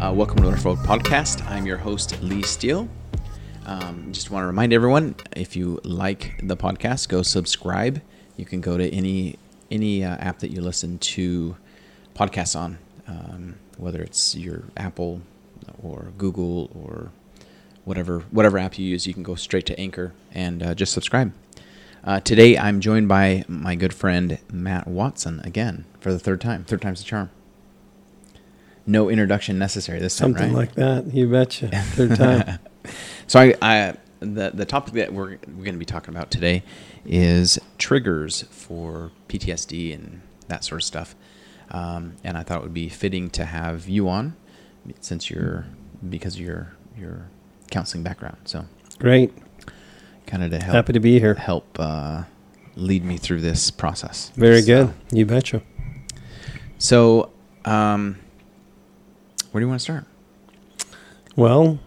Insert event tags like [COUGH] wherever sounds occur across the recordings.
Uh, welcome to the North Road Podcast. I'm your host, Lee Steele. Um, just want to remind everyone if you like the podcast, go subscribe. You can go to any any uh, app that you listen to podcasts on, um, whether it's your Apple or Google or whatever whatever app you use. You can go straight to Anchor and uh, just subscribe. Uh, today, I'm joined by my good friend Matt Watson again for the third time. Third time's the charm. No introduction necessary this time, Something right? like that. You [LAUGHS] betcha. Third time. So I, I the the topic that we're we're going to be talking about today is triggers for PTSD and that sort of stuff. Um, and I thought it would be fitting to have you on since you're because of your your counseling background. So Great. kind of to help Happy to be here. help uh, lead me through this process. Very So- good. You betcha. So um, where do you want to start? Well,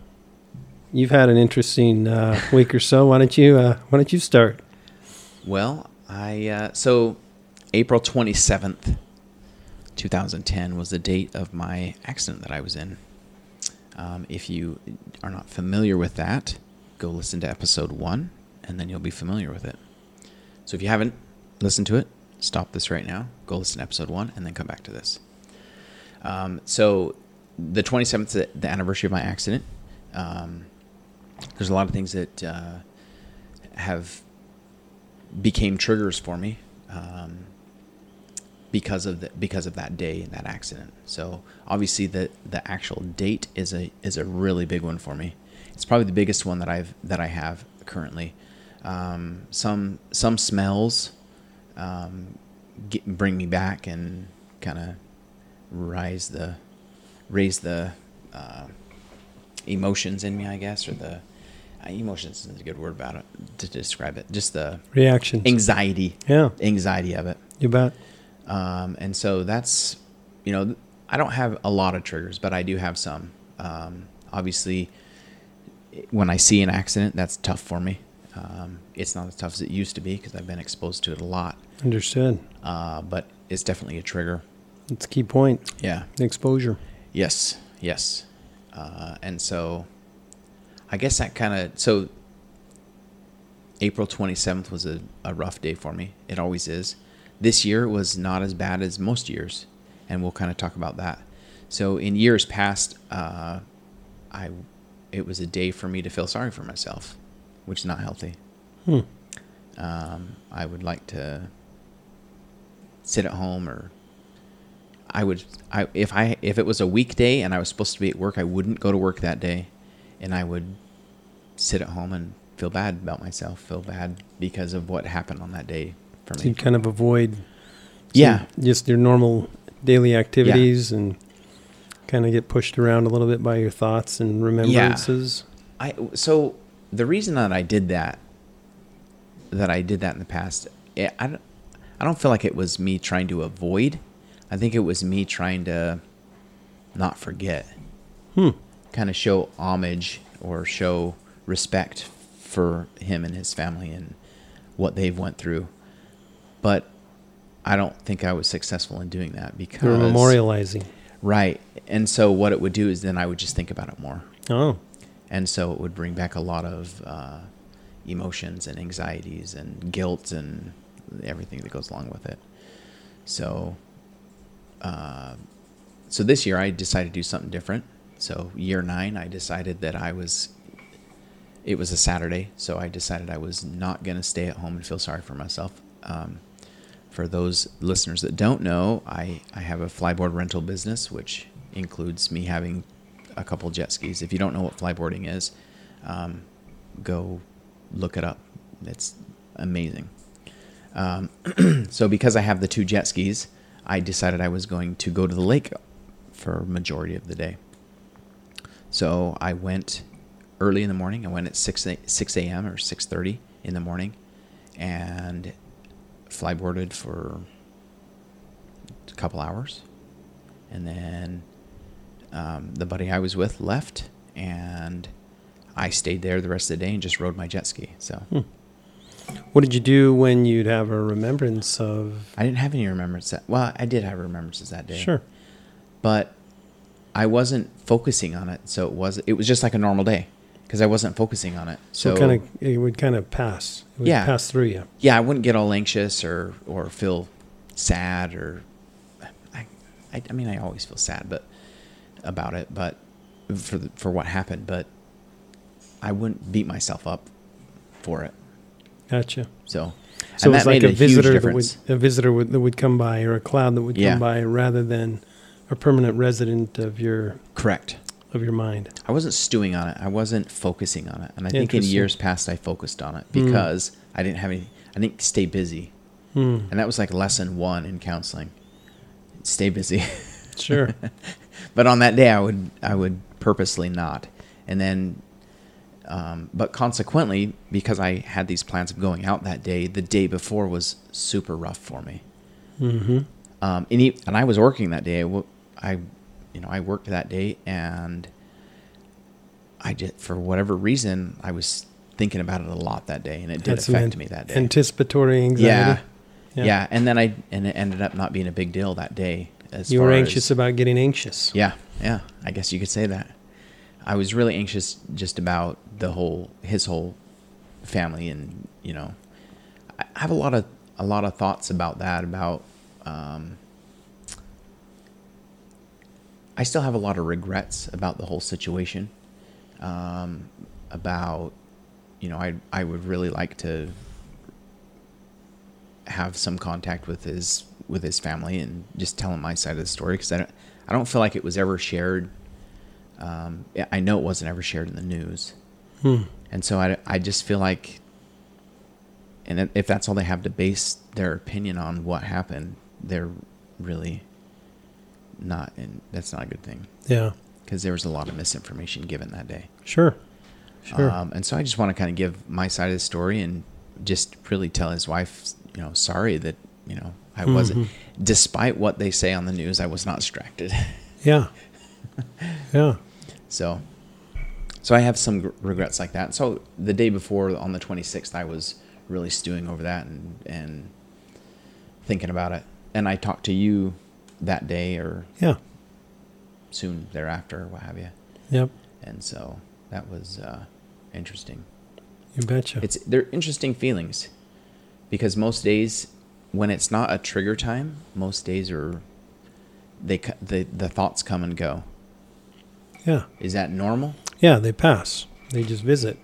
you've had an interesting uh, week or so. Why don't you uh, Why don't you start? Well, I uh, so April twenty seventh, two thousand ten was the date of my accident that I was in. Um, if you are not familiar with that, go listen to episode one, and then you'll be familiar with it. So if you haven't listened to it, stop this right now. Go listen to episode one, and then come back to this. Um, so the twenty seventh, is the anniversary of my accident. Um, there's a lot of things that uh, have became triggers for me um, because of the, because of that day and that accident. So obviously the the actual date is a is a really big one for me. It's probably the biggest one that I've that I have currently. Um, some some smells um, get, bring me back and kind of rise the raise the uh, emotions in me, I guess, or the uh, emotions isn't a good word about it to describe it. Just the Reactions. anxiety yeah. anxiety of it You bet. um, and so that's you know i don't have a lot of triggers but i do have some um, obviously when i see an accident that's tough for me um, it's not as tough as it used to be because i've been exposed to it a lot Understood. uh, but it's definitely a trigger That's a key point. yeah Exposure. Yes, yes. Uh, and so I guess that kind of so April 27th was a, a rough day for me. It always is. This year was not as bad as most years, and we'll kind of talk about that. So in years past, uh, I it was a day for me to feel sorry for myself, which is not healthy. Hmm. Um, I would like to sit at home or I would I if I if it was a weekday and I was supposed to be at work, I wouldn't go to work that day and I would sit at home and feel bad about myself, feel bad because of what happened on that day for So you me. kind of avoid. some- Yeah. Just your normal daily activities and kind of get pushed around a little bit by your thoughts and remembrances. I so the reason that I did that that I did that in the past, I I don't I don't feel like it was me trying to avoid. I think it was me trying to not forget. Hmm. kind of show homage or show respect for him and his family and what they've went through. But I don't think I was successful in doing that because You're memorializing. right. And so what it would do is then I would just think about it more, Oh. and so it would bring back a lot of uh, emotions and anxieties and guilt and everything that goes along with it. So, uh, so this year I decided to do something different. So year nine, I decided that I was. It was a Saturday, so I decided I was not going to stay at home and feel sorry for myself. Um, for those listeners that don't know, I, I have a flyboard rental business, which includes me having a couple jet skis. If you don't know what flyboarding is, um, go look it up. It's amazing. Um, [CLEARS THROAT] so because I have the two jet skis, I decided I was going to go to the lake for majority of the day. So I went early in the morning. I went at six a, six a.m. or six thirty in the morning, and flyboarded for a couple hours, and then um, the buddy I was with left, and I stayed there the rest of the day and just rode my jet ski. So Hmm. What did you do when you'd have a remembrance of? I didn't have any remembrances. That, well, I did have remembrances that day. Sure. but I wasn't focusing on it, so it was it was just like a normal day because I wasn't focusing on it. So, So kind of it would kind of pass. It would Yeah. pass through you. yeah, I wouldn't get all anxious or or feel sad or I, I, I mean I always feel sad but about it, but for the, for what happened, but I wouldn't beat myself up for it. Gotcha. So So and it's that like made a a huge visitor that would difference. a visitor would, that would come by or a cloud that would Yeah. come by rather than a permanent resident of your correct. of your mind. I wasn't stewing on it. I wasn't focusing on it. And I think in Interesting. years past I focused on it Mm. because I didn't have any I didn't stay busy. Hmm. And that was like lesson 1 in counseling. Stay busy. [LAUGHS] Sure. but on that day I would I would purposely not. And then um, but consequently because I had these plans of going out that day, the day before was super rough for me. mm-hmm. Um, and, e and I was working that day. I wo- I, you know, I worked that day, and I just for whatever reason I was thinking about it a lot that day, and it did affect me that day. Anticipatory yeah, anxiety. yeah, And then I and it ended up not being a big deal that day. As You were far anxious as- about getting anxious. yeah, yeah. I guess you could say that. I was really anxious just about the whole his whole family, and you know, I I have a lot of a lot of thoughts about that. About um, I still have a lot of regrets about the whole situation. Um, about you know, I I would really like to have some contact with his with his family and just tell him my side of the story because I don't I don't feel like it was ever shared. Um, yeah, I know it wasn't ever shared in the news, Hmm. and so I I just feel like, and if- if that's all they have to base their opinion on what happened, they're really not, and that's not a good thing Yeah. because there was a lot of misinformation given that day. Sure. Sure. Um, and so I just want to kind of give my side of the story and just really tell his wife, you know, sorry that, you know, I wasn't, despite what they say on the news, I was not distracted. [LAUGHS] yeah. Yeah. so, so I have some gr- regrets like that. So the day before on the 26th, I was really stewing over that and, and thinking about it. And I talked to you that day or Yeah. soon thereafter, what have you. Yep. And so that was, uh, interesting. You betcha. it's they're interesting feelings because most days when it's not a trigger time most days are they co- the the thoughts come and go yeah. is that normal Yeah. They pass. They just visit.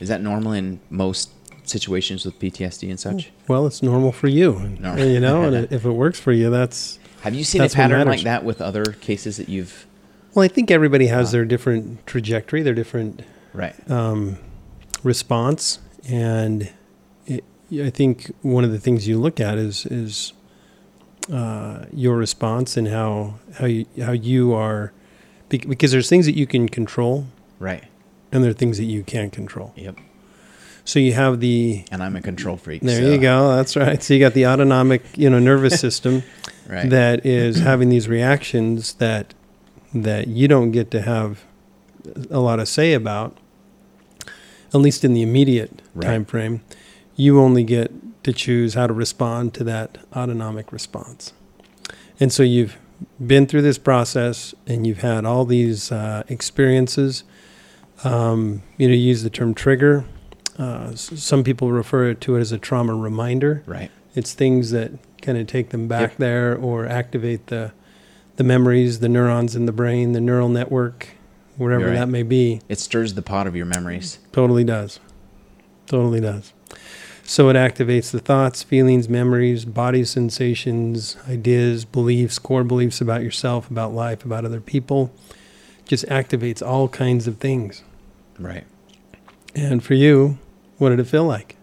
is that normal in most situations with ptsd and such Well, it's normal for you. And, No. and, you know, [LAUGHS] and it, if it works for you, that's have you seen Hmm. That's a what pattern matters. like that with other cases that you've well. I think everybody Uh. has their different trajectory, their different right um, response, and it, I think one of the things you look at is is uh, your response and how how you, how you are, bec- because there's things that you can control right and there are things that you can't control. yep So you have the and i'm a control freak there so- you go. That's right. So you got the autonomic, you [LAUGHS] know, nervous system right that is [CLEARS THROAT] having these reactions that that you don't get to have a lot of say about at least in the immediate Right. time frame you only get to choose how to respond to that autonomic response and so you've been through this process and you've had all these uh, experiences um, you know you use the term trigger uh, s- some people refer to it as a trauma reminder right it's things that kind of take them back Yep. there or activate the the memories, the neurons in the brain, the neural network, wherever You're right. that may be. it stirs the pot of your memories Totally does. Totally does. So it activates the thoughts, feelings, memories, body sensations, ideas, beliefs, core beliefs about yourself, about life, about other people. Just activates all kinds of things. right And for you, what did it feel like?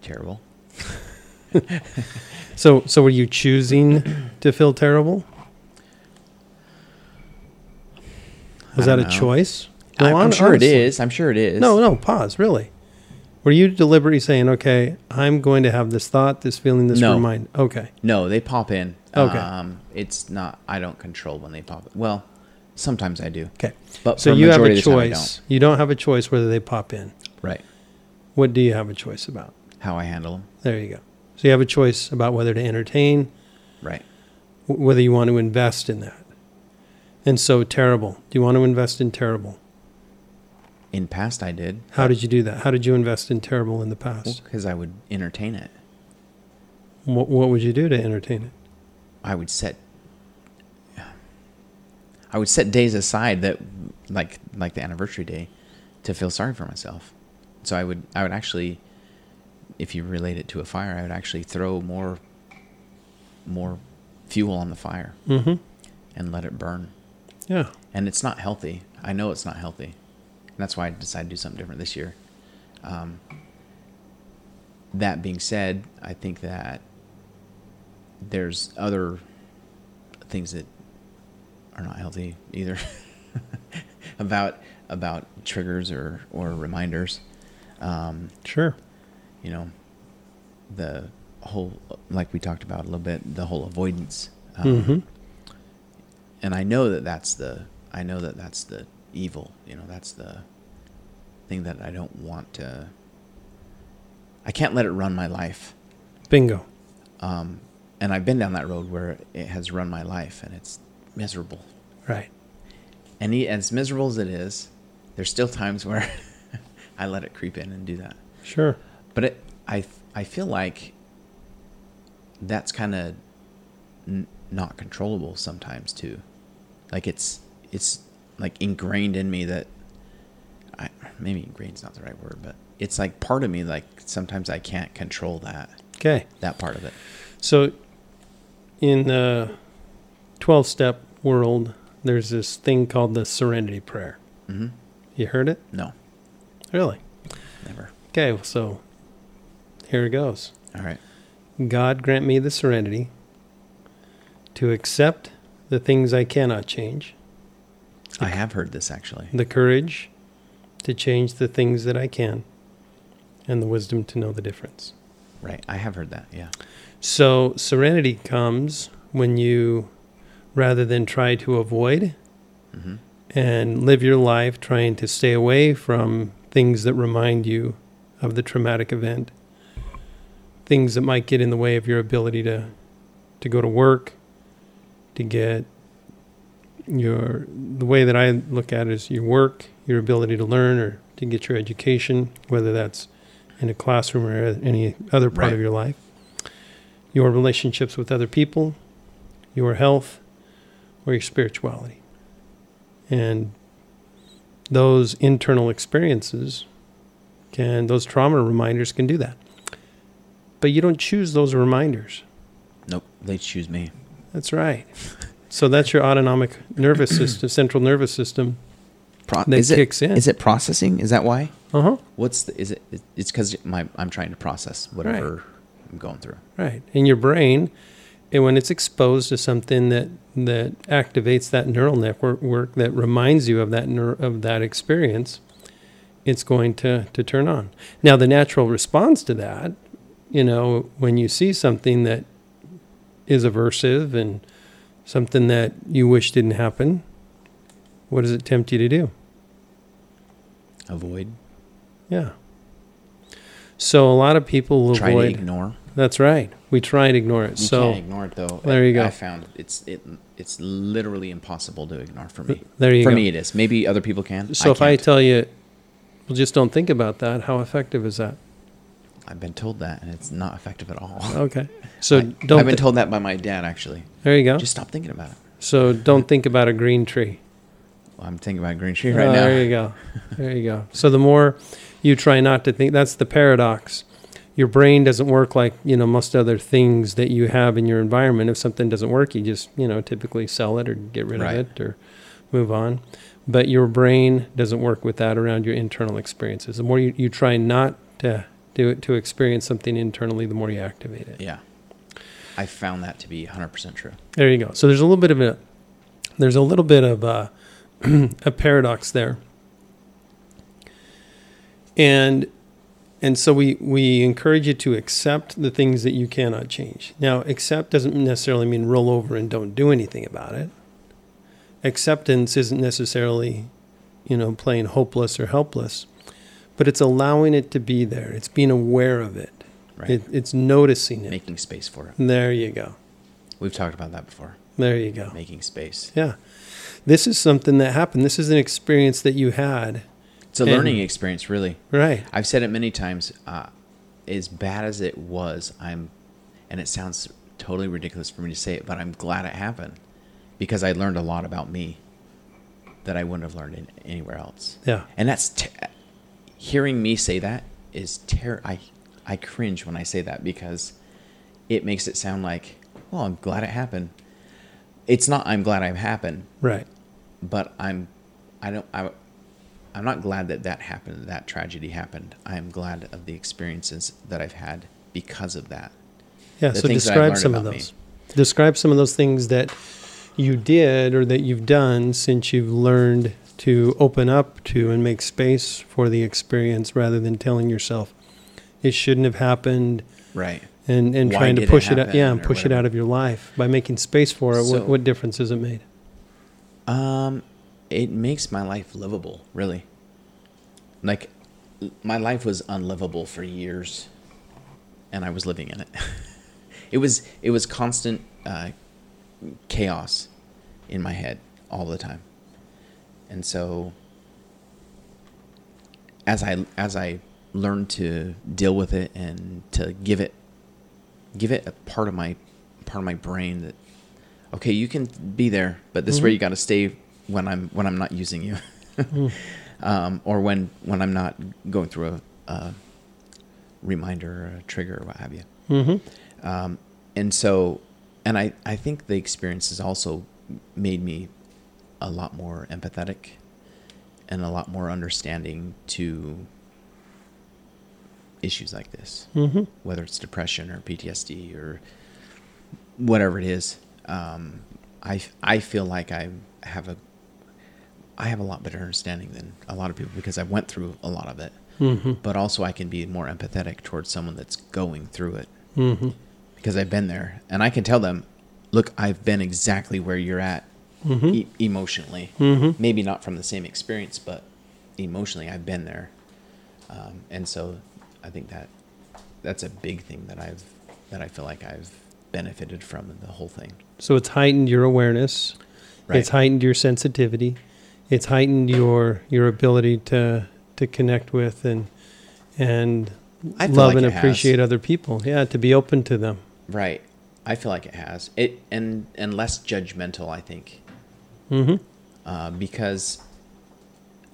terrible So so were you choosing to feel terrible? Was I that don't a know. choice? I'm, No, I'm hon- sure honestly. it is i'm sure it is No, no, pause, really. Were you deliberately saying, okay, I'm going to have this thought, this feeling, this No. remind? Okay. No, they pop in. Okay. Um, it's not. I don't control when they pop. Well, sometimes I do, Okay. but So for you have majority a of the time, I choice. You don't have a choice whether they pop in. don't. Right. What do you have a choice about? How I handle them. There you go. So you have a choice about whether to entertain, Right. w- whether you want to invest in that. And so terrible. Do you want to invest in terrible? In past, I did How did you do that? How did you invest in terrible in the past? because I would entertain it. What, what would you do to entertain it? I would set I would set days aside that like like the anniversary day to feel sorry for myself. So I would I would actually if you relate it to a fire, I would actually throw more more fuel on the fire Mm-hmm. and let it burn. Yeah. And it's not healthy. I know it's not healthy. And that's why I decided to do something different this year. Um, that being said, I think that there's other things that are not healthy either [LAUGHS] about about triggers or or reminders. Um, Sure. you know, the whole like we talked about a little bit, the whole avoidance. Um, Mm-hmm. and I know that that's the I know that that's the evil. You know, that's the thing that I don't want to. I can't let it run my life, Bingo. um, and I've been down that road where it has run my life, and it's miserable. Right. And e- as miserable as it is, there's still times where [LAUGHS] I let it creep in and do that. Sure. But it, I I feel like that's kind of n- not controllable sometimes too. Like it's it's like ingrained in me that I maybe ingrained's not the right word, but it's like part of me like sometimes I can't control that Okay. that part of it. So, in the 12 step world, there's this thing called the serenity prayer. Mhm. You heard it? No, Really? never. Okay, well, so here it goes All right. God grant me the serenity to accept the things I cannot change, I have heard this actually. the courage to change the things that I can, and the wisdom to know the difference. Right. I have heard that. Yeah. So, serenity comes when you, rather than try to avoid, Mhm. and live your life trying to stay away from things that remind you of the traumatic event, things that might get in the way of your ability to to go to work, to get your the way that I look at it is your work, your ability to learn or to get your education, whether that's in a classroom or any other part of Right. your life. Your relationships with other people, your health, or your spirituality. And those internal experiences can, those trauma reminders can do that. But you don't choose those reminders. Nope. They choose me. That's right. So that's your autonomic [CLEARS THROAT] nervous system, central nervous system Pro- that is it kicks in. is it processing? Is that why? Uh huh. What's the, is it? It's because my I'm trying to process whatever I'm going through. Right. In your brain, and when it's exposed to something that that activates that neural network work that reminds you of that neur- of that experience, it's going to to turn on. Now, the natural response to that, you know, when you see something that is aversive and something that you wish didn't happen, what does it tempt you to do? Avoid. Yeah. So a lot of people will Try avoid. to ignore. That's right. We try and ignore it. You so can't ignore it though. There you go. I found it's it it's literally impossible to ignore for me. there you for go. me, it is. Maybe other people can. So if I can't. tell you, well, just don't think about that, how effective is that? I've been told that, and it's not effective at all. Okay. So I, don't. I've been thi- told that by my dad actually. there you go. Just stop thinking about it. so don't think about a green tree. Well, I'm thinking about green tree right Oh, now. There you go. There you go. So the more you try not to think, that's the paradox. Your brain doesn't work like you know most other things that you have in your environment. If something doesn't work, you just you know typically sell it or get rid Right. of it or move on. But your brain doesn't work with that around your internal experiences. The more you, you try not to do it to experience something internally, the more you activate it. Yeah, I found that to be 100 percent true. There you go. So there's a little bit of a there's a little bit of a, [CLEARS THROAT] a paradox there, and and so we we encourage you to accept the things that you cannot change. Now, accept doesn't necessarily mean roll over and don't do anything about it. Acceptance isn't necessarily, you know, playing hopeless or helpless, but it's allowing it to be there. It's being aware of it. Mm. Right. it it's noticing it. Making space for it. there you go. We've talked about that before. There you go. making space. Yeah. This is something that happened. This is an experience that you had. It's a And- learning experience, really. Right. I've said it many times. Uh, as bad as it was, I'm, and it sounds totally ridiculous for me to say it, but I'm glad it happened because I learned a lot about me that I wouldn't have learned in, anywhere else. Yeah. And that's te- hearing me say that is terror. I I cringe when I say that because it makes it sound like, well, I'm glad it happened. It's not. I'm glad it happened Right. but I'm, I don't, I, I'm not glad that that happened, that tragedy happened. I am glad of the experiences that I've had because of that. Yeah. The so things that I've describe learned some of about me. those. Describe some of those things that you did or that you've done since you've learned to open up to and make space for the experience rather than telling yourself it shouldn't have happened Right. and, and Why trying to did it push it, out. Yeah. happen And or push it whatever. out of your life by making space for it. So- what, what difference has it made? Um, it makes my life livable, really. Like, l- my life was unlivable for years, and I was living in it. [LAUGHS] it was it was constant uh, chaos in my head all the time, and so as I as I learned to deal with it and to give it give it a part of my part of my brain that okay you can be there but this is where you got to stay when i'm when i'm not using you [LAUGHS] um, or when when i'm not going through a, a reminder or a trigger or what have you Mm-hmm. um, and so and I, I think the experiences also made me a lot more empathetic and a lot more understanding to issues like this Mm-hmm. whether it's depression or PTSD or whatever it is, um, I I feel like I have a I have a lot better understanding than a lot of people because I went through a lot of it. Mm-hmm. But also, I can be more empathetic towards someone that's going through it Mm-hmm. because I've been there, and I can tell them, look, I've been exactly where you're at Mm-hmm. e- emotionally. Mm-hmm. Maybe not from the same experience, but emotionally, I've been there, um, and so I think that that's a big thing that I've that I feel like I've benefited from in the whole thing. So it's heightened your awareness. Right. It's heightened your sensitivity. It's heightened your your ability to to connect with and and I feel love like and it has. appreciate other people. Yeah, to be open to them. Right. I feel like it has it, and and less judgmental. I think Mm-hmm. uh, because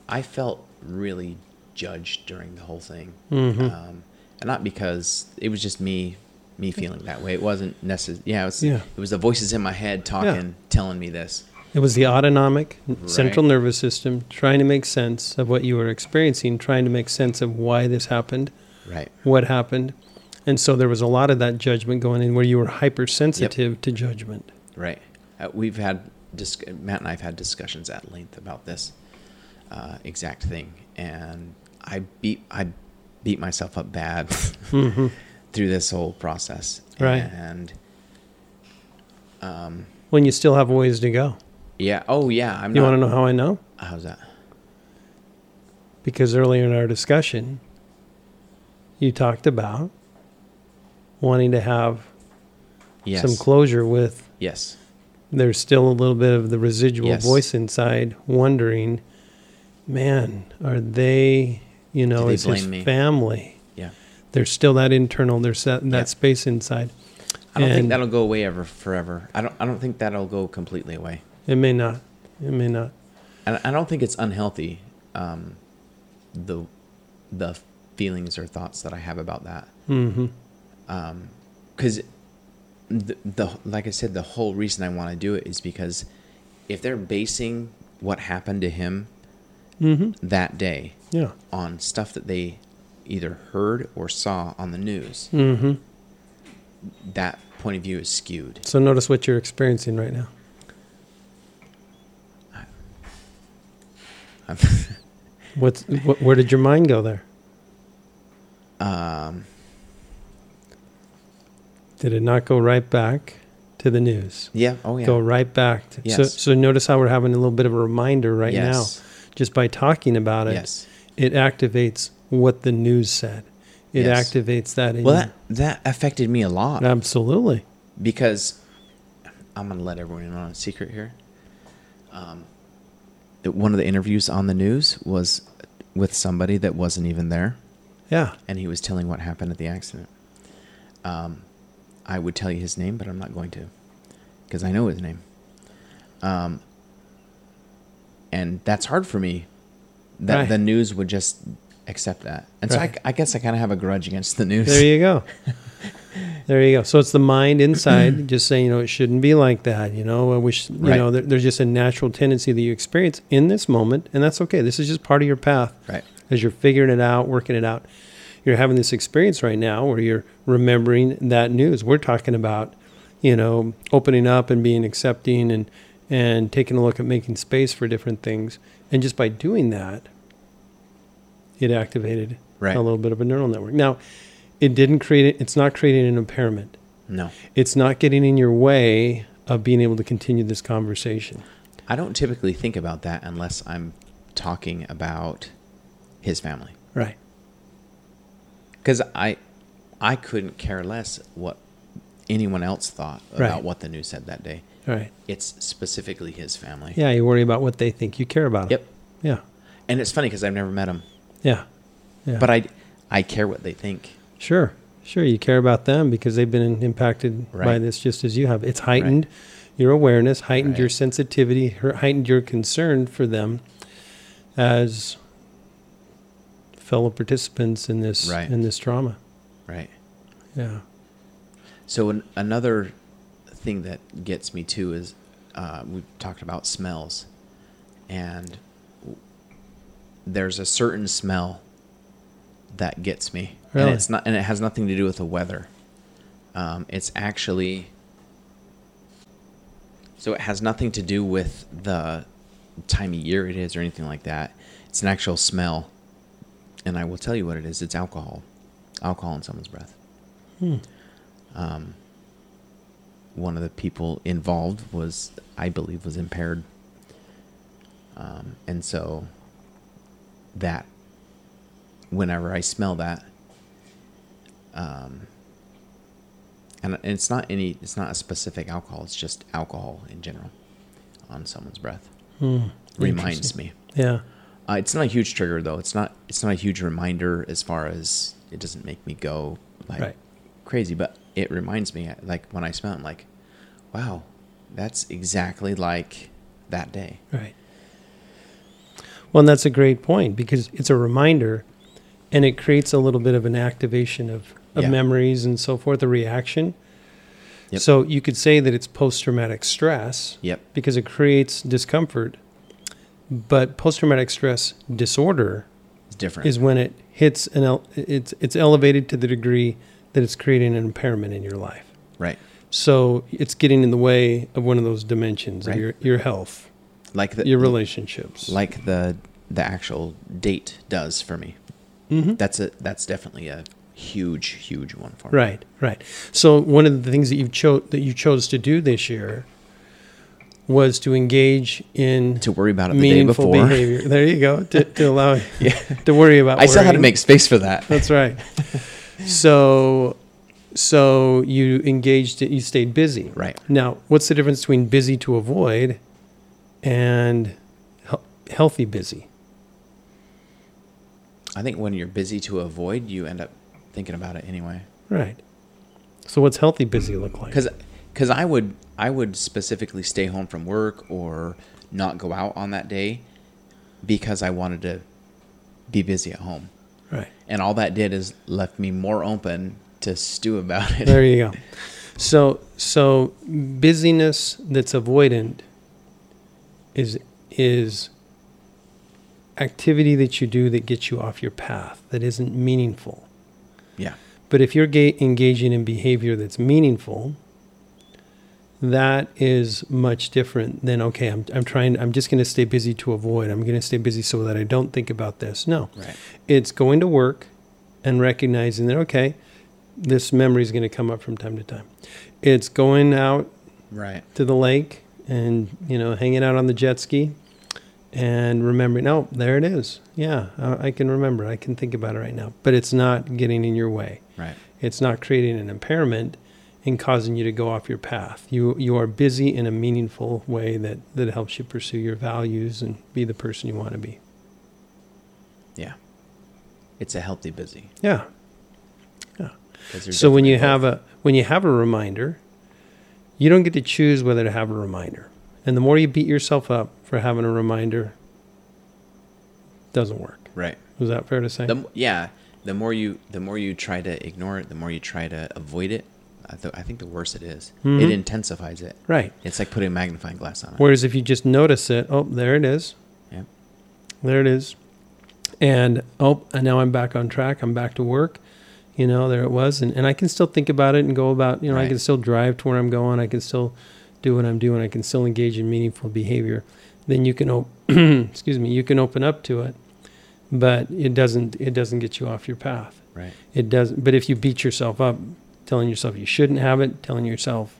I felt really judged during the whole thing, Mhm. um, and not because it was just me, me feeling that way. It wasn't necessary. Yeah, it was. Yeah. It was the voices in my head talking, telling me this. It was the autonomic n- central Right. nervous system trying to make sense of what you were experiencing, trying to make sense of why this happened, Right. what happened. And so there was a lot of that judgment going in where you were hypersensitive to judgment. Right. Uh, we've had dis- Matt and I have had discussions at length about this uh, exact thing, and I beat I beat myself up bad [LAUGHS] through this whole process. Mm-hmm. Right. And When you still have a ways to go. yeah. Oh yeah. I'm You not. want to know how I know? How's that? because earlier in our discussion, you talked about wanting to have Yes. some closure with yes. there's still a little bit of the residual Yes. voice inside wondering, man, are they, you know, they is his blame me? family? Yeah. There's still that internal, there's that, that Yeah. space inside. I don't think And- that'll go away ever forever. I don't. I don't think that'll go completely away. It may not. It may not. And I don't think it's unhealthy. Um, the the feelings or thoughts that I have about that. Mm-hmm. because the, the like I said, the whole reason I want to do it is because if they're basing what happened to him Mm-hmm. that day Yeah. on stuff that they either heard or saw on the news, Mm-hmm. that point of view is skewed. So notice what you're experiencing [LAUGHS] right now. What's, wh- where did your mind go there? um, Did it not go right back to the news? yeah. Oh yeah. Go right back. To, So, Yes. so notice how we're having a little bit of a reminder right now. Just by talking about it, Yes. it activates what the news said. It Yes. activates that. In Well, you. that that affected me a lot absolutely. because I'm gonna let everyone in on a secret here. Um, it- one of the interviews on the news was with somebody that wasn't even there, Yeah. and he was telling what happened at the accident. Um, I would tell you his name, but I'm not going to, because I know his name. Um, and that's hard for me. That Right. the news would just accept that, and so Right. I, I guess I kind of have a grudge against the news. There you go. There you go. So it's the [CLEARS THROAT] mind inside just saying, you know, it shouldn't be like that. You know, I wish, you Right. know, there, there's just a natural tendency that you experience in this moment. And that's okay. This is just part of your path. [LAUGHS] right. as you're figuring it out, working it out, you're having this experience right now where you're remembering that news. We're talking about, you know, opening up and being accepting and and taking a look at making space for different things. And just by doing that, it activated Right. a little bit of a neural network. Now, it didn't create it, it's not creating an impairment. No. It's not getting in your way of being able to continue this conversation. I don't typically think about that unless I'm talking about his family. Right. Because I, I couldn't care less what anyone else thought about Right. what the news said that day. Right. It's specifically his family. Yeah, you worry about what they think. You care about 'em. Yep. Yeah. And it's funny because I've never met him, Yeah. Yeah. but I, I care what they think. Sure, sure. You care about them because they've been impacted by Right. this just as you have. It's heightened your awareness, heightened your Right. sensitivity, her- heightened your concern for them as fellow participants in this Right. in this trauma. Right. Yeah. So an, another thing that gets me too is uh, we talked about smells, and w- there's a certain smell that gets me, Really? and it's not, and it has nothing to do with the weather. Um, it's actually so it has nothing to do with the time of year it is or anything like that. It's an actual smell, and I will tell you what it is. It's alcohol, alcohol in someone's breath Hmm. um, one of the people involved was, I believe, was impaired, um, and so that whenever I smell that, um, and and it's not any, it's not a specific alcohol, it's just alcohol in general on someone's breath Hmm. reminds Interesting. me. Yeah. Uh, it's not a huge trigger though. It's not. It's not a huge reminder as far as it doesn't make me go like Right. crazy, but it reminds me like when I smell, it, I'm like, wow, that's exactly like that day. Right. Well, and that's a great point because it's a reminder and it creates a little bit of an activation of, of Yeah. memories and so forth, a reaction. Yep. So you could say that it's post traumatic stress Yep. because it creates discomfort. But post traumatic stress disorder It's different. is when it hits an el- it's it's elevated to the degree that it's creating an impairment in your life. right. So it's getting in the way of one of those dimensions Right. of your your health, Like the your relationships. like the the actual date does for me. Mhm. That's a that's definitely a huge huge one for me. Right, right. So one of the things that you chose that you chose to do this year was to engage in To worry about it the day meaningful before. behavior. There you go. To, [LAUGHS] to allow Yeah. [LAUGHS] to worry about. I still had to worrying. make space for that. [LAUGHS] That's [LAUGHS] right. so, so you engaged. You stayed busy. Right. Now, what's the difference between busy to avoid and hel- healthy busy? I think when you're busy to avoid, you end up thinking about it anyway. Right. So, what's healthy busy look like? because because I would I would specifically stay home from work or not go out on that day because I wanted to be busy at home, Right. and all that did is left me more open to stew about it. There you go. So so busyness that's avoidant is is activity that you do that gets you off your path that isn't meaningful. [LAUGHS] Yeah, But if you're ga- engaging in behavior that's meaningful, that is much different than okay, I'm I'm trying I'm just going to stay busy to avoid. I'm going to stay busy so that I don't think about this. No right, it's going to work and recognizing that okay this memory is going to come up from time to time it's going out right, to the lake and you know hanging out on the jet ski and remembering oh there it is yeah i, I can remember i can think about it right now but it's not getting in your way right, it's not creating an impairment and causing you to go off your path. You you are busy in a meaningful way that that helps you pursue your values and be the person you want to be. Yeah. It's a healthy busy. Yeah. 'cause there's So when definitely you have both. a when you have a reminder, you don't get to choose whether to have a reminder. And the more you beat yourself up for having a reminder, doesn't work. right. Was that fair to say? The, m- yeah, the more you the more you try to ignore it, the more you try to avoid it. I, th- I think the worse it is. It Mhm. intensifies it. right. It's like putting a magnifying glass on it. Whereas if you just notice it, oh, there it is. Yep. There it is. And oh, and now I'm back on track. I'm back to work. You know, there it was. And, and I can still think about it and go about, you know, I Right. can still drive to where I'm going. I can still do what I'm doing. I can still engage in meaningful behavior. Then you can, op- [CLEARS THROAT] excuse me, you can open up to it, but it doesn't, it doesn't get you off your path. Right. It does. But if you beat yourself up, telling yourself you shouldn't have it, telling yourself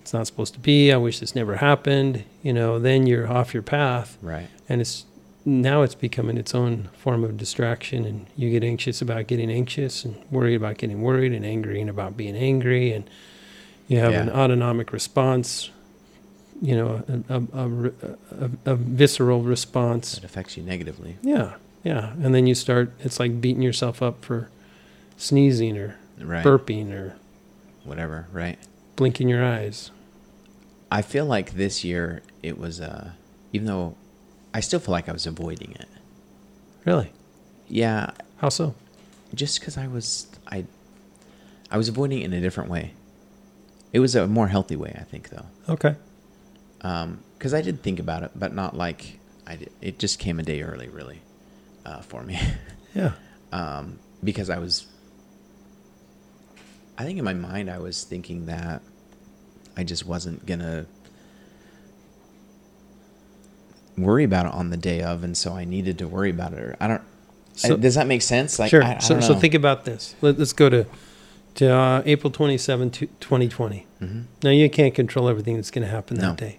it's not supposed to be, I wish this never happened, you know, then you're off your path Right. and it's now it's becoming its own form of distraction and you get anxious about getting anxious and worried about getting worried and angry and about being angry and you have an Yeah. autonomic response you know a, a, a re- a- a visceral response It affects you negatively. yeah, yeah. And then you start, it's like beating yourself up for sneezing or Right. burping or Whatever. Right. blinking your eyes. I feel like this year it was uh even though I still feel like I was avoiding it. Really? Yeah, How so? just cuz I was I I was avoiding it in a different way. It was a more healthy way, I think though. Okay. because Um, I did think about it, but not like I did, it just came a day early, really, uh, for me, [LAUGHS] Yeah. um, because I was. I think in my mind I was thinking that I just wasn't gonna worry about it on the day of, and so I needed to worry about it. Or I don't. So- I- does that make sense? Like, sure. I, I so, don't so know. think about this. Let, let's go to, to uh, April 27, to- 2020. Mhm. Now, you can't control everything that's going to happen that No. day.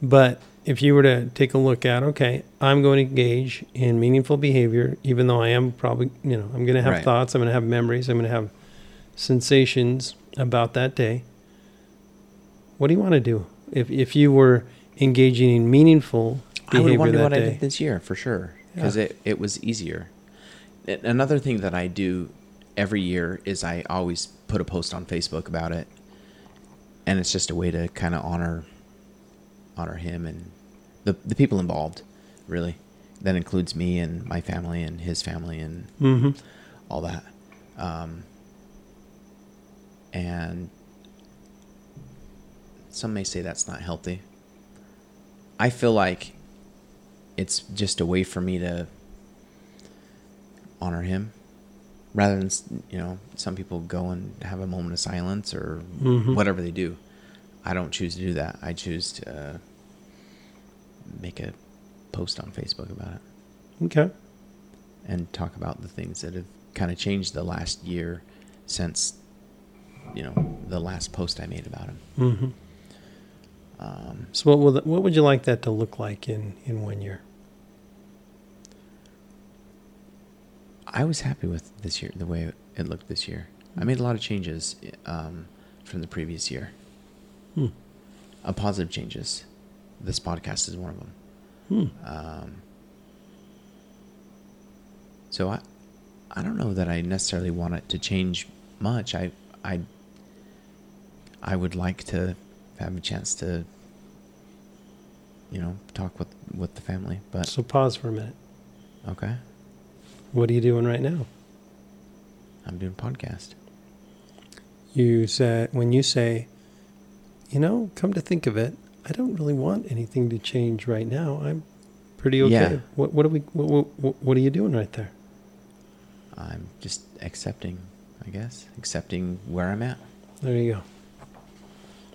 But if you were to take a look at, okay, I'm going to engage in meaningful behavior, even though I am probably, you know, I'm going to have Right. thoughts, I'm going to have memories, I'm going to have sensations about that day. What do you want to do? If, if you were engaging in meaningful I behavior would wonder that what day, I did this year for sure because Yeah. it, it was easier. A- Another thing that I do every year is I always put a post on Facebook about it, and it's just a way to kind of honor honor him and the the people involved, really. That includes me and my family and his family and hmm all that. Um, and some may say that's not healthy. I feel like it's just a way for me to honor him rather than, s- you know, some people go and have a moment of silence or Mhm. whatever they do. I don't choose to do that. I choose to uh, make a post on Facebook about it okay. and talk about the things that have kind of changed the last year since you know the last post I made about him. hmm Um, So, what, will th- what would you like that to look like in, in one year? I was happy with this year the way it looked this year. I made a lot of changes um, from the previous year, Hmm. uh, positive changes. This podcast is one of them. Hmm. Um, so I, I don't know that I necessarily want it to change much. I, I, I would like to have a chance to, you know, talk with with the family. But So, pause for a minute. okay, What are you doing right now? I'm doing podcast. You said when you say, you know, come to think of it, I don't really want anything to change right now. I'm pretty okay. Yeah. What what are we what, what what are you doing right there? I'm just accepting, I guess, accepting where I'm at. There you go.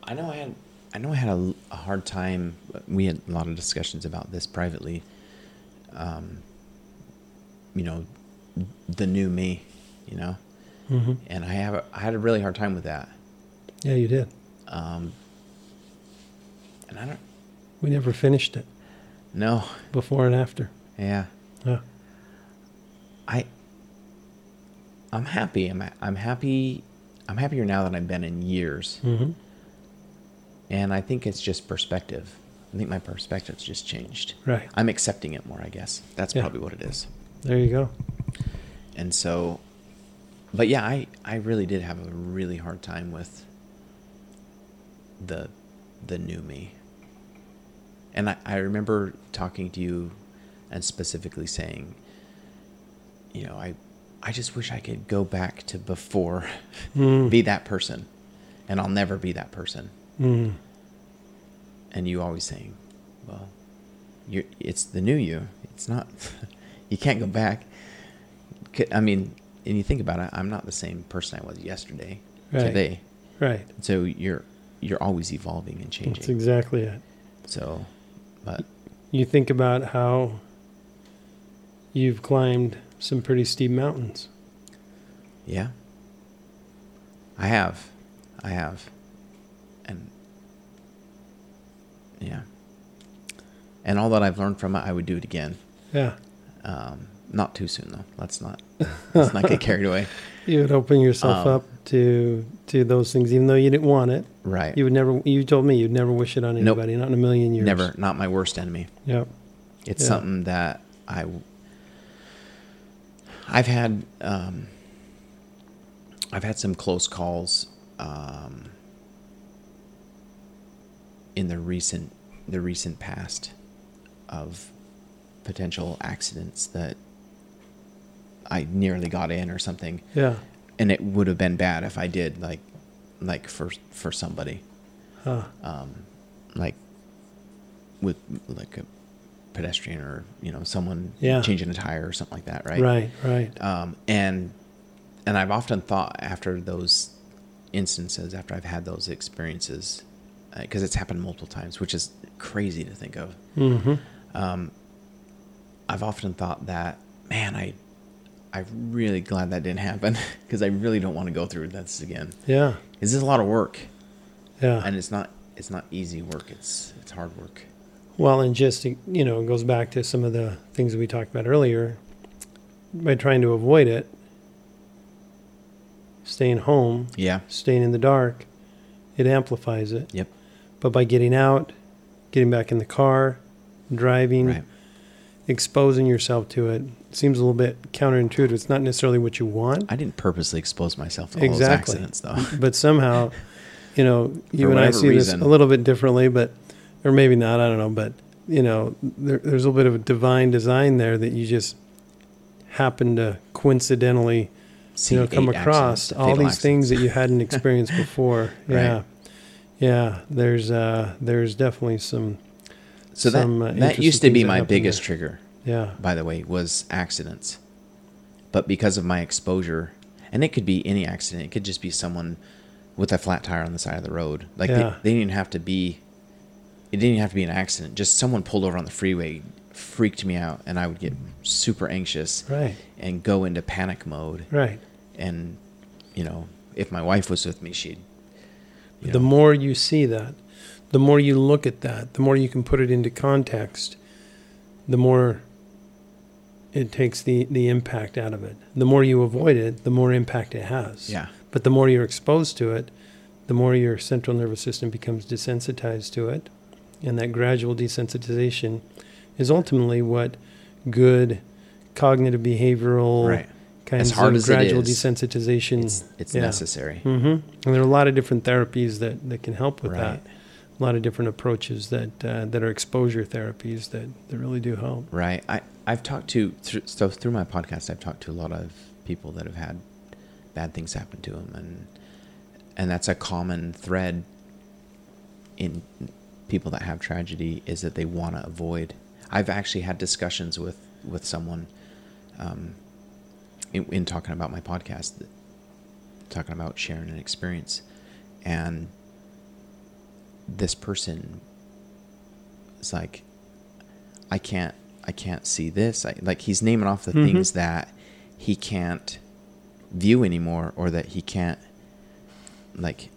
I know I had, I know I had a, a hard time. We had a lot of discussions about this privately. Um, you know, the new me, you know, hmm and I have, a, I had a really hard time with that. Yeah, you did. Um, and I don't, We never finished it no, before and after. yeah, Yeah. I, I'm happy. I'm, I'm happy. I'm happier now than I've been in years, Mm-hmm. and I think it's just perspective. I think my perspective's just changed. Right. I'm accepting it more, I guess. That's Yeah. probably what it is. There you go. And so, but yeah, I, I really did have a really hard time with the, the new me. And I, I remember talking to you and specifically saying, you know, I, I just wish I could go back to before, Mm-hmm. be that person. And I'll never be that person. Mm. And you always saying, well, you're, it's the new you. It's not, [LAUGHS] you can't go back. C- I mean, and you think about it, I'm not the same person I was yesterday, Right. today. Right. So you're, you're always evolving and changing. That's exactly it. so, but You think about how you've climbed some pretty steep mountains. yeah, I have, I have, and yeah. And all that I've learned from it, I would do it again. Yeah. Um, not too soon though. Let's not, let's not [LAUGHS] get carried away. You would open yourself Um, up to to those things, even though you didn't want it. Right. You would never. You told me you'd never wish it on Nope. anybody, not in a million years. Never. Not my worst enemy. Yep. It's Yeah. something that I. I've had. Um, I've had some close calls. Um, in the recent, the recent past, of potential accidents that I nearly got in or something, Yeah. and it would have been bad if I did like, like for for somebody. Huh. um, like with like a pedestrian or you know someone Yeah. changing a tire or something like that, right? Right. Right. Um, and and I've often thought after those instances, after I've had those experiences, because it's happened multiple times, which is crazy to think of. Mm-hmm. Um, I've often thought that, man, I I'm really glad that didn't happen [LAUGHS] because I really don't want to go through this again. Yeah. This is a lot of work, Yeah. and it's not it's not easy work. It's it's hard work. Well, and just, you know, it goes back to some of the things we talked about earlier. By trying to avoid it, staying home, Yeah. staying in the dark, it amplifies it. Yep. But by getting out, getting back in the car, driving, Right. exposing yourself to it, seems a little bit counterintuitive. It's not necessarily what [LAUGHS] you want, I didn't purposely expose myself to all those Exactly. accidents, [LAUGHS] though. but somehow, you know, you and I whatever see reason. this a little bit differently, but, or maybe not, I don't know, but, you know, there, there's a little bit of a divine design there that you just happen to coincidentally, See you know, come eight across accidents, all fatal these things that you [LAUGHS] hadn't experienced before. Yeah. Right. Yeah. There's, uh, there's definitely some, accidents. So that some, uh, that interesting used to be things that my happened biggest there. trigger, yeah. by the way, was accidents. But because of my exposure, and it could be any accident, it could just be someone with a flat tire on the side of the road. Like Yeah. they, they didn't even have to be. It didn't even have to be an accident. Just someone pulled over on the freeway, freaked me out, and I would get super anxious Right. and go into panic mode. Right. and you know if my wife was with me she'd you The know, more you see that, the more you look at that, the more you can put it into context, the more it takes the, the impact out of it. The more you avoid it, the more impact it has. yeah But the more you're exposed to it, the more your central nervous system becomes desensitized to it. And that gradual desensitization is ultimately what good cognitive behavioral right kinds hard of as it gradual is, desensitization it's, it's yeah. necessary hmm And there are a lot of different therapies that, that can help with right that. A lot of different approaches that uh, that are exposure therapies that, that really do help. right i i've talked to through, so through my podcast i've talked to a lot of people that have had bad things happen to them and and that's a common thread in people that have tragedy is that they want to avoid i've actually had discussions with with someone um in, in talking about my podcast that- talking about sharing an experience and this person is like i can't i can't see this I, like he's naming off the Mhm. things that he can't view anymore or that he can't like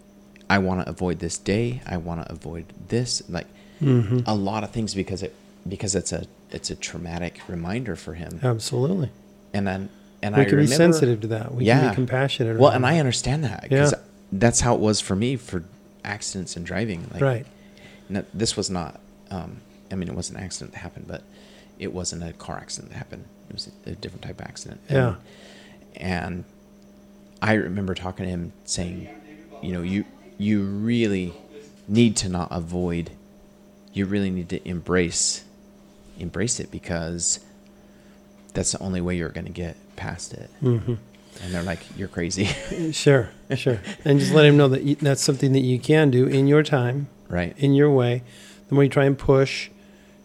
i want to avoid this day i want to avoid this like Mm-hmm. a lot of things because it because it's a it's a traumatic reminder for him Absolutely, and then and we i can remember be sensitive to that. We can Yeah. be compassionate. well around and i that. understand that because Yeah. that's how it was for me for accidents and driving. Like, right. no- this was not. Um, I mean, it was an accident that happened, but it wasn't a car accident that happened. It was a, a different type of accident. Yeah. And I remember talking to him saying, you know, you you really need to not avoid. You really need to embrace embrace it because that's the only way you're going to get past it. hmm And they're like, "You're crazy." [LAUGHS] Sure, sure. And just let him know that you, that's something that you can do in your time, right. in your way. The more you try and push,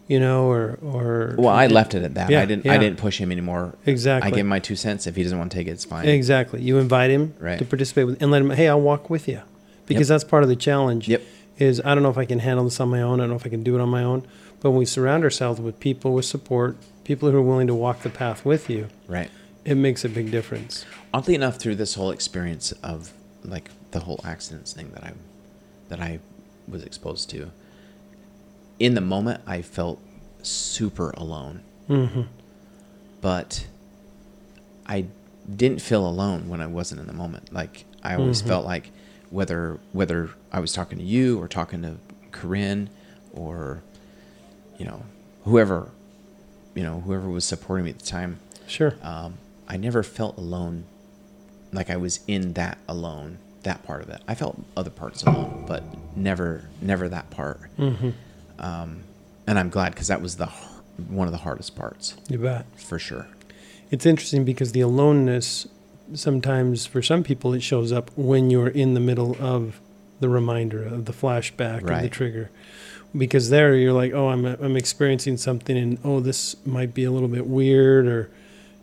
you know, or or Well, I left it at that. Yeah, I didn't. yeah. I didn't push him anymore. exactly I gave him my two cents. If he doesn't want to take it, it's fine. exactly. You invite him Right. to participate with, and let him. Hey, I'll walk with you, because that's part of the challenge. Yep. Is I don't know if I can handle this on my own. I don't know if I can do it on my own. But when we surround ourselves with people with support, people who are willing to walk the path with you, Right. it makes a big difference. Oddly enough, through this whole experience of like the whole accidents thing that I, that I was exposed to. In the moment, I felt super alone, Mm-hmm. but I didn't feel alone when I wasn't in the moment. Like I always felt like whether whether I was talking to you or talking to Corinne or you know whoever you know whoever was supporting me at the time Sure. um, I never felt alone, like I was in that alone, that part of it. I felt other parts alone, but never, never that part. Mm-hmm. Um, and I'm glad because that was the har- one of the hardest parts You bet. for sure. It's interesting because the aloneness sometimes for some people it shows up when you're in the middle of the reminder of the flashback of the Right. trigger because there you're like oh I'm I'm experiencing something and oh this might be a little bit weird or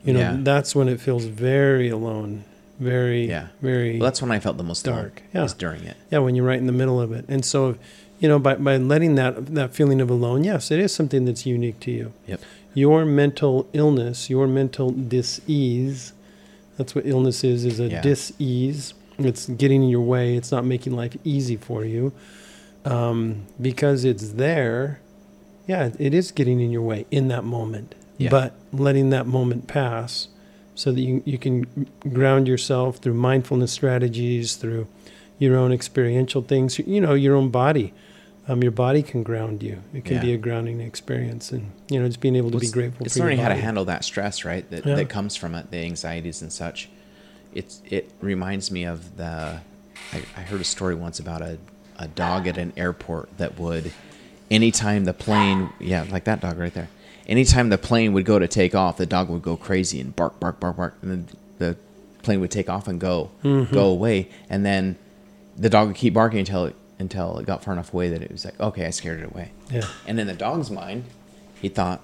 you know Yeah. that's when it feels very alone very Yeah. very Well, that's when I felt the most alone, Dark, yeah. was during it. yeah, when you're right in the middle of it. And so, you know, by, by letting that that feeling of alone, yes, it is something that's unique to you. Yep. Your mental illness, your mental dis-ease, that's what illness is, is a Yeah. dis-ease. It's getting in your way. It's not making life easy for you. Um, because it's there, yeah, it is getting in your way in that moment. Yeah. But letting that moment pass so that you, you can ground yourself through mindfulness strategies, through your own experiential things, you know, your own body. Um, your body can ground you. It can Yeah. be a grounding experience, and you know, just being able to be It's- grateful. It's for your learning how to body. handle that stress, right? That Yeah. that comes from it, the anxieties and such. It's it reminds me of the. I, I heard a story once about a a dog at an airport that would, anytime the plane, yeah, like that dog right there. Anytime the plane would go to take off, the dog would go crazy and bark, bark, bark, bark, and then the plane would take off and go, go away, and then the dog would keep barking until it until it got far enough away that it was like, okay, I scared it away. Yeah. And in the dog's mind, he thought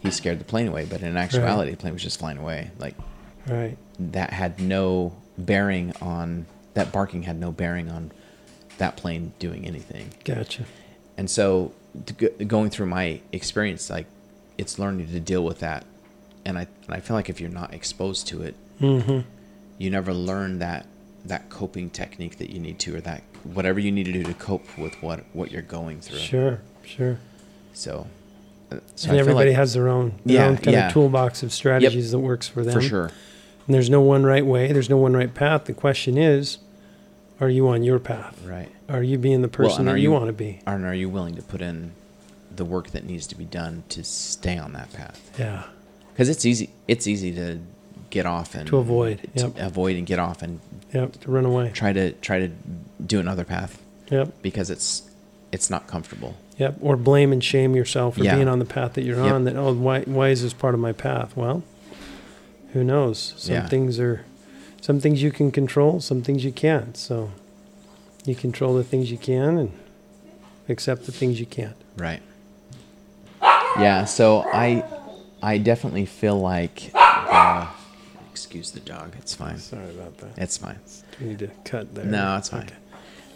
he scared the plane away, but in actuality, the plane was just flying away. Like Right. that had no bearing on that barking had no bearing on that plane doing anything. Gotcha. And so, to go- going through my experience, like it's learning to deal with that. And I and I feel like if you're not exposed to it, Mm-hmm. you never learn that that coping technique that you need to, or that whatever you need to do to cope with what what you're going through. Sure. Sure. So, uh, so I feel and like- everybody has their own, their Yeah, own kind yeah. of toolbox of strategies that works for them. for sure. And there's no one right way. There's no one right path. The question is, are you on your path? Right. Are you being the person and that are you, you- want to be? And are you willing to put in the work that needs to be done to stay on that path? Yeah. Because it's easy. It's easy to get off and To avoid, to yep. avoid and get off and Yep. To run away. try to try to do another path Yep. because it's it's not comfortable. Yep. Or blame and shame yourself for Yeah. being on the path that you're Yep. on. That oh, why why is this part of my path? Well, who knows? Some Yeah. things are, some things you can control. Some things you can't. So, you control the things you can and accept the things you can't. Right. Yeah. So I I definitely feel like. Uh, excuse the dog. It's fine. Sorry about that. It's fine. We need to cut there. No, it's fine. Okay.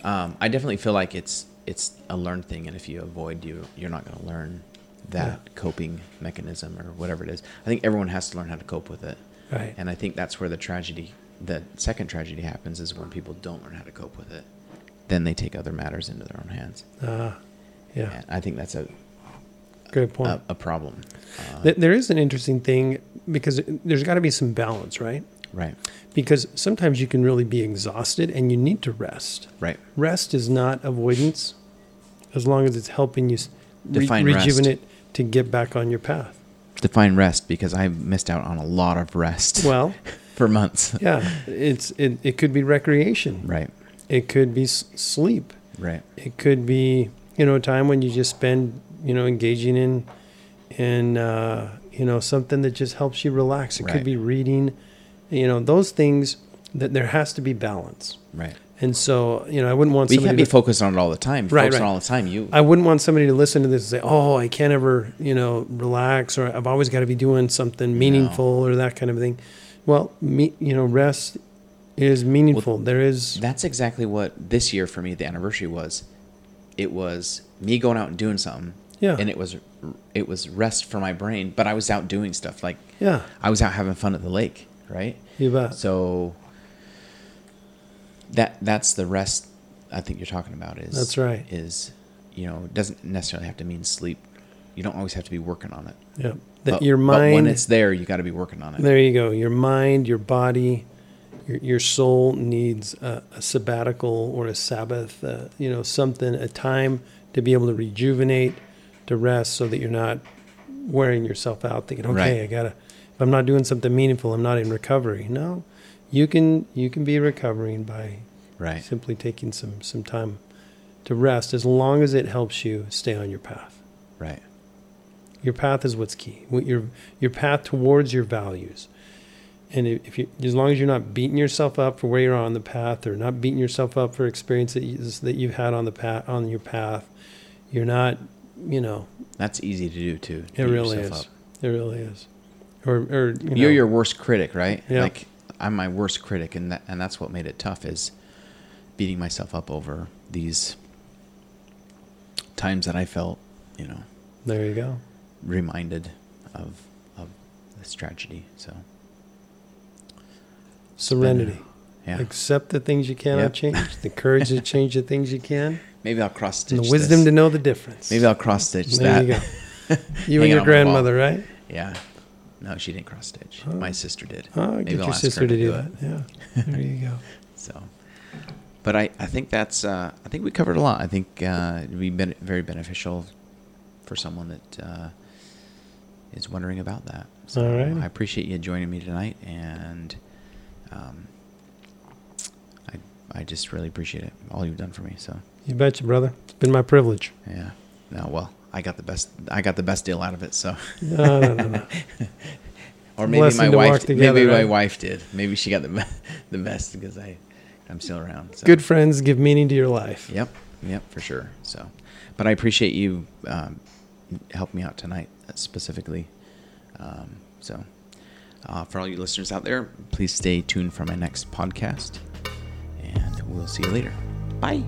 Um, I definitely feel like it's it's a learned thing, and if you avoid, you you're not going to learn that coping mechanism or whatever it is. I think everyone has to learn how to cope with it, Right. and I think that's where the tragedy, the second tragedy, happens is when people don't learn how to cope with it. Then they take other matters into their own hands. Ah, yeah. And I think that's a Great point. a, a problem. Uh, Th- there is an interesting thing because there's got to be some balance, right? Right. because sometimes you can really be exhausted and you need to rest. Right. Rest is not avoidance as long as it's helping you s- re- Define rest. rejuvenate to get back on your path. Define rest because I missed out on a lot of rest Well, [LAUGHS] for months. yeah, it's it, it could be recreation. Right. It could be s- sleep. Right. It could be, you know, a time when you just spend, you know, engaging in in uh, you know, something that just helps you relax. It Right. could be reading, you know, those things that there has to be balance. Right. And so, you know, I wouldn't want We somebody can't be to- focused on it all the time. Right, focused right. on it all the time. You I wouldn't want somebody to listen to this and say, "Oh, I can't ever, you know, relax," or "I've always got to be doing something meaningful," or that kind of thing. Well, me, you know, rest is meaningful. there is That's exactly what this year for me the anniversary was. It was me going out and doing something. Yeah. And it was it was rest for my brain, but I was out doing stuff like yeah, I was out having fun at the lake, right? you bet. So that that's the rest I think you're talking about is That's right. Is you know, it doesn't necessarily have to mean sleep. You don't always have to be working on it. yeah, that but, your but when mind. it's there, you got to be working on it. there you go. Your mind, your body, your your soul needs a, a sabbatical or a Sabbath. Uh, you know, something a time to be able to rejuvenate, to rest, so that you're not wearing yourself out thinking, okay, Right. I gotta. If I'm not doing something meaningful, I'm not in recovery. No, you can you can be recovering by Right. simply taking some some time to rest, as long as it helps you stay on your path. Right. Your path is what's key. What your your path towards your values, and i- if you, as long as you're not beating yourself up for where you're on the path, or not beating yourself up for experiences that you've had on the path on your path, you're not, you know, That's easy to do too. it beat really is. yourself up. It really is. Or or you know, you're your worst critic, right? Yeah. Like I'm my worst critic, and that, and that's what made it tough is beating myself up over these times that I felt, you know, there you go. reminded of of this tragedy. So Serenity. yeah, Accept the things you cannot Yep. change, the courage to change the things [LAUGHS] you can, maybe I'll cross stitch and the wisdom to this. know the difference. maybe I'll cross stitch there that. [LAUGHS] you go. You Hang it on and your my wall. grandmother, right? yeah. No, she didn't cross stitch. Oh. My sister did. Oh, Maybe get I'll your ask her sister to to do do that. [LAUGHS] Yeah. There you go. So, but I, I think that's uh, I think we covered a lot. I think uh, it'd be ben- very beneficial for someone that uh, is wondering about that. So All right. I appreciate you joining me tonight, and um, I I just really appreciate it all you've done for me. So You betcha, brother. It's been my privilege. yeah, no, well I got the best I got the best deal out of it. So No, no, no, no. [LAUGHS] or maybe Blessing my to wife walk together, maybe my right? wife did maybe she got the [LAUGHS] be- the best because I I'm still around. So. Good friends give meaning to your life. Yep, yep, for sure. So, but I appreciate you um, helping me out tonight uh, specifically. Um, so, uh, for all you listeners out there, please stay tuned for my next podcast, and we'll see you later. Bye.